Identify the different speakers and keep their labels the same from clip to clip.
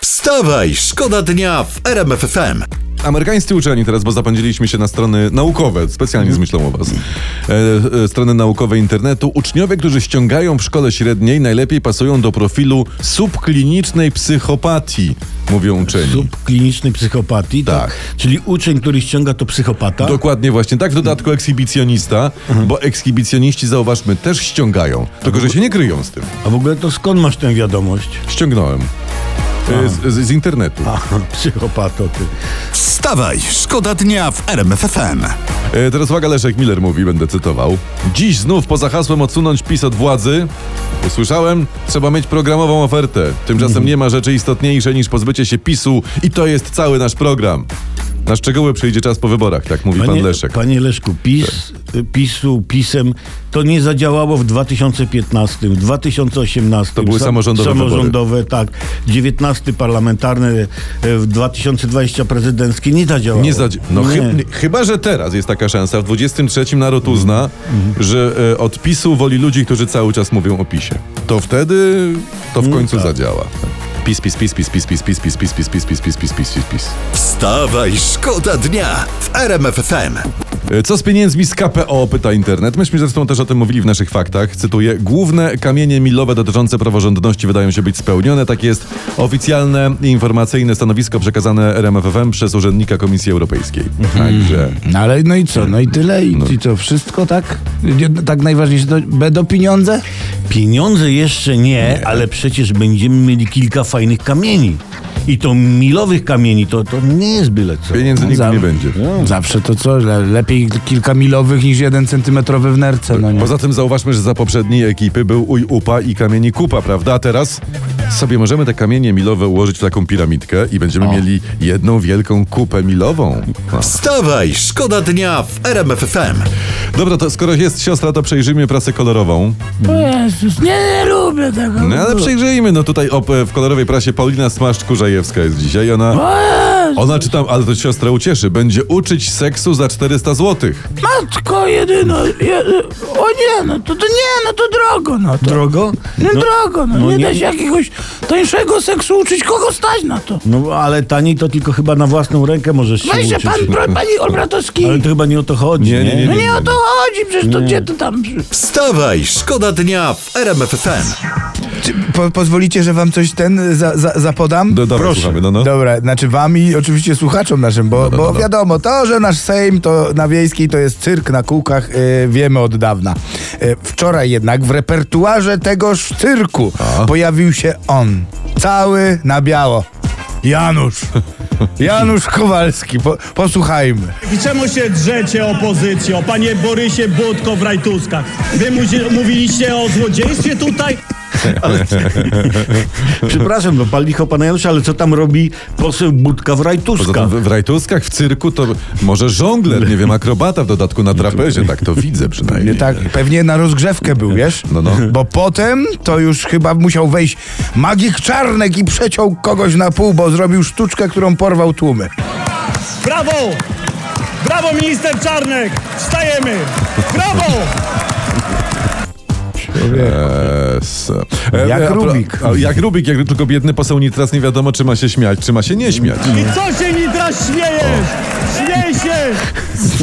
Speaker 1: Wstawaj, szkoda dnia w RMF FM.
Speaker 2: Amerykańscy uczeni teraz, bo zapędziliśmy się na strony naukowe, specjalnie z myślą o was. E, e, strony naukowe internetu. Uczniowie, którzy ściągają w szkole średniej, najlepiej pasują do profilu subklinicznej psychopatii, mówią uczeni.
Speaker 3: Subklinicznej psychopatii, tak.
Speaker 2: Tak.
Speaker 3: Czyli uczeń, który ściąga, to psychopata.
Speaker 2: Dokładnie właśnie, tak w dodatku ekshibicjonista, bo ekshibicjoniści, zauważmy, też ściągają, tylko że się nie kryją z tym.
Speaker 3: A w ogóle to skąd masz tę wiadomość?
Speaker 2: Ściągnąłem. E, Z, z, z internetu.
Speaker 3: Aha, psychopato ty.
Speaker 1: Wstawaj, szkoda dnia w RMF FM.
Speaker 2: E, Teraz uwaga, Leszek Miller mówi, będę cytował. Dziś znów poza hasłem odsunąć PiS od władzy. Usłyszałem, trzeba mieć programową ofertę. Tymczasem nie ma rzeczy istotniejszej niż pozbycie się PiSu i to jest cały nasz program. Na szczegóły przyjdzie czas po wyborach, tak mówi pan Leszek.
Speaker 3: No
Speaker 2: Tak.
Speaker 3: panie Leszku, PiS, y, PiSu, PiSem to nie zadziałało w 2015, w 2018.
Speaker 2: To były
Speaker 3: Sa-
Speaker 2: samorządowe wybory.
Speaker 3: Samorządowe, tak. 19 parlamentarne, y, w 2020 prezydenckie nie zadziałało.
Speaker 2: Nie zadzi- no chy- nie- chyba, że teraz jest taka szansa. W 23 naród uzna, że e, od PiSu woli ludzi, którzy cały czas mówią o PiSie. To wtedy to w końcu zadziała. PiS, PiS, PiS, PiS, PiS, PiS, PiS, PiS, PiS, PiS, PiS, PiS, PiS, PiS, PiS, PiS, PiS.
Speaker 1: Wstawaj, szkoda dnia w RMF FM.
Speaker 2: E, Co z pieniędzmi z KPO, pyta internet. Myśmy zresztą też o tym mówili w naszych faktach. Cytuję, główne kamienie milowe dotyczące praworządności wydają się być spełnione. Tak jest oficjalne i informacyjne stanowisko przekazane RMFFM przez urzędnika Komisji Europejskiej. Także...
Speaker 4: No ale no i co? No i tyle i, i co? Wszystko tak? Nie- Tak najważniejsze to będą pieniądze?
Speaker 3: Pieniądze jeszcze nie, ale przecież będziemy mieli kilka fajnych kamieni. I to milowych kamieni, to, to nie jest byle co.
Speaker 2: Pieniędzy nigdy
Speaker 4: Za-
Speaker 2: nie będzie.
Speaker 4: No. Zawsze to co? Le, lepiej kilka milowych niż jeden centymetrowy w nerce, no nie?
Speaker 2: Poza tym zauważmy, że za poprzedniej ekipy był Uj Upa i Kamieni Kupa, prawda? A teraz sobie możemy te kamienie milowe ułożyć w taką piramidkę i będziemy mieli jedną wielką kupę milową. A.
Speaker 1: Wstawaj, szkoda dnia w RMF FM.
Speaker 2: Dobra, to skoro jest siostra, to przejrzyjmy prasę kolorową.
Speaker 4: Jezus, nie, nie lubię tego.
Speaker 2: No ale przejrzyjmy, no tutaj op, w kolorowej prasie Paulina Smaszcz-Kurzajewska jest dzisiaj. Ona, ona czytam, ale to siostra ucieszy, będzie uczyć seksu za 400 zł.
Speaker 4: Matko jedyna. Je, o nie, no to, to nie, no to drogo, no to.
Speaker 3: Drogo?
Speaker 4: No, drogo, no,
Speaker 3: no
Speaker 4: nie,
Speaker 3: nie-
Speaker 4: da się jakiegoś tańszego seksu uczyć, kogo stać na to.
Speaker 3: No ale taniej to tylko chyba na własną rękę możesz się
Speaker 4: Weź się
Speaker 3: uczyć. no
Speaker 4: pan, bro- pani Olbratowski.
Speaker 3: Ale to chyba nie o to chodzi,
Speaker 2: Nie, nie,
Speaker 3: nie?
Speaker 2: nie,
Speaker 4: No
Speaker 2: nie.
Speaker 4: nie o to chodzi, przecież to gdzie to tam...
Speaker 1: Wstawaj, szkoda dnia w RMF FM.
Speaker 5: Czy po, pozwolicie, że wam coś ten za, za, zapodam?
Speaker 2: Do, dobra, słuchamy, no no.
Speaker 5: Dobra, znaczy wam i oczywiście słuchaczom naszym, bo,
Speaker 2: no,
Speaker 5: bo
Speaker 2: no.
Speaker 5: wiadomo, to, że nasz Sejm to na Wiejskiej to jest cyrk na kółkach, y, wiemy od dawna. Y, wczoraj jednak w repertuarze tegoż cyrku pojawił się on, cały na biało. Janusz. Janusz Kowalski. Po, posłuchajmy.
Speaker 6: I czemu się drzecie opozycjo, panie Borysie Budko w rajtuskach? Wy muzie- mówiliście o złodziejstwie tutaj?
Speaker 3: Przepraszam, no pan licho pana Janusza, ale co tam robi poseł Budka w
Speaker 2: Poza
Speaker 3: Rajtuska?
Speaker 2: tym w, w rajtuskach, w cyrku to może żongler, nie wiem, akrobata w dodatku na trapezie, tak to widzę przynajmniej.
Speaker 5: Tak, pewnie na rozgrzewkę był, wiesz?
Speaker 2: No, no.
Speaker 5: Bo potem to już chyba musiał wejść magik czarnek i przeciął kogoś na pół, bo zrobił sztuczkę, którą porwał tłumy.
Speaker 6: Brawo! Brawo, minister Czarnek! Wstajemy! Brawo!
Speaker 2: Yes. E,
Speaker 5: Jak
Speaker 2: a pro-
Speaker 5: Rubik.
Speaker 2: a Jak Rubik, jak tylko biedny poseł Nitras nie wiadomo, czy ma się śmiać, czy ma się nie śmiać.
Speaker 6: I co się Nitras śmiejesz? Śmiej się!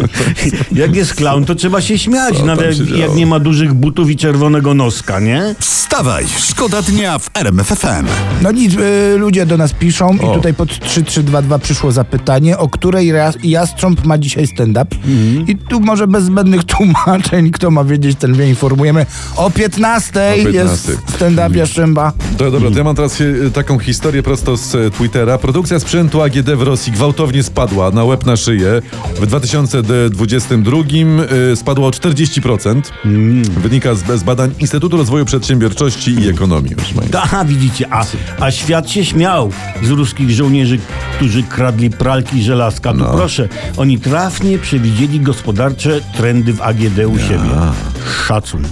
Speaker 3: Jak jest klaun, to trzeba się śmiać,
Speaker 2: Co
Speaker 3: nawet
Speaker 2: tam się
Speaker 3: jak,
Speaker 2: działo?
Speaker 3: jak nie ma dużych butów i czerwonego noska, nie?
Speaker 1: Wstawaj, szkoda dnia w RMF FM.
Speaker 5: No nic, y, ludzie do nas piszą
Speaker 2: O.
Speaker 5: i tutaj pod 3322 przyszło zapytanie, o której jas- jastrząb ma dzisiaj stand-up.
Speaker 2: Mhm.
Speaker 5: I tu może bez zbędnych tłumaczeń, kto ma wiedzieć, ten wie, informujemy. O 15.00
Speaker 2: O Mhm. 15:00.
Speaker 5: jest stand-up Jastrzęba.
Speaker 2: To dobra, to ja mam teraz e, taką historię prosto z e, Twittera. Produkcja sprzętu AGD w Rosji gwałtownie spadła na łeb na szyję. W 2022 e, spadła o 40%. Wynika z, z badań Instytutu Rozwoju Przedsiębiorczości i Ekonomii. proszę państwa.
Speaker 3: Aha, widzicie, a, a świat się śmiał z ruskich żołnierzy, którzy kradli pralki i żelazka.
Speaker 2: No.
Speaker 3: Tu proszę, oni trafnie przewidzieli gospodarcze trendy w AGD u siebie. Szacun.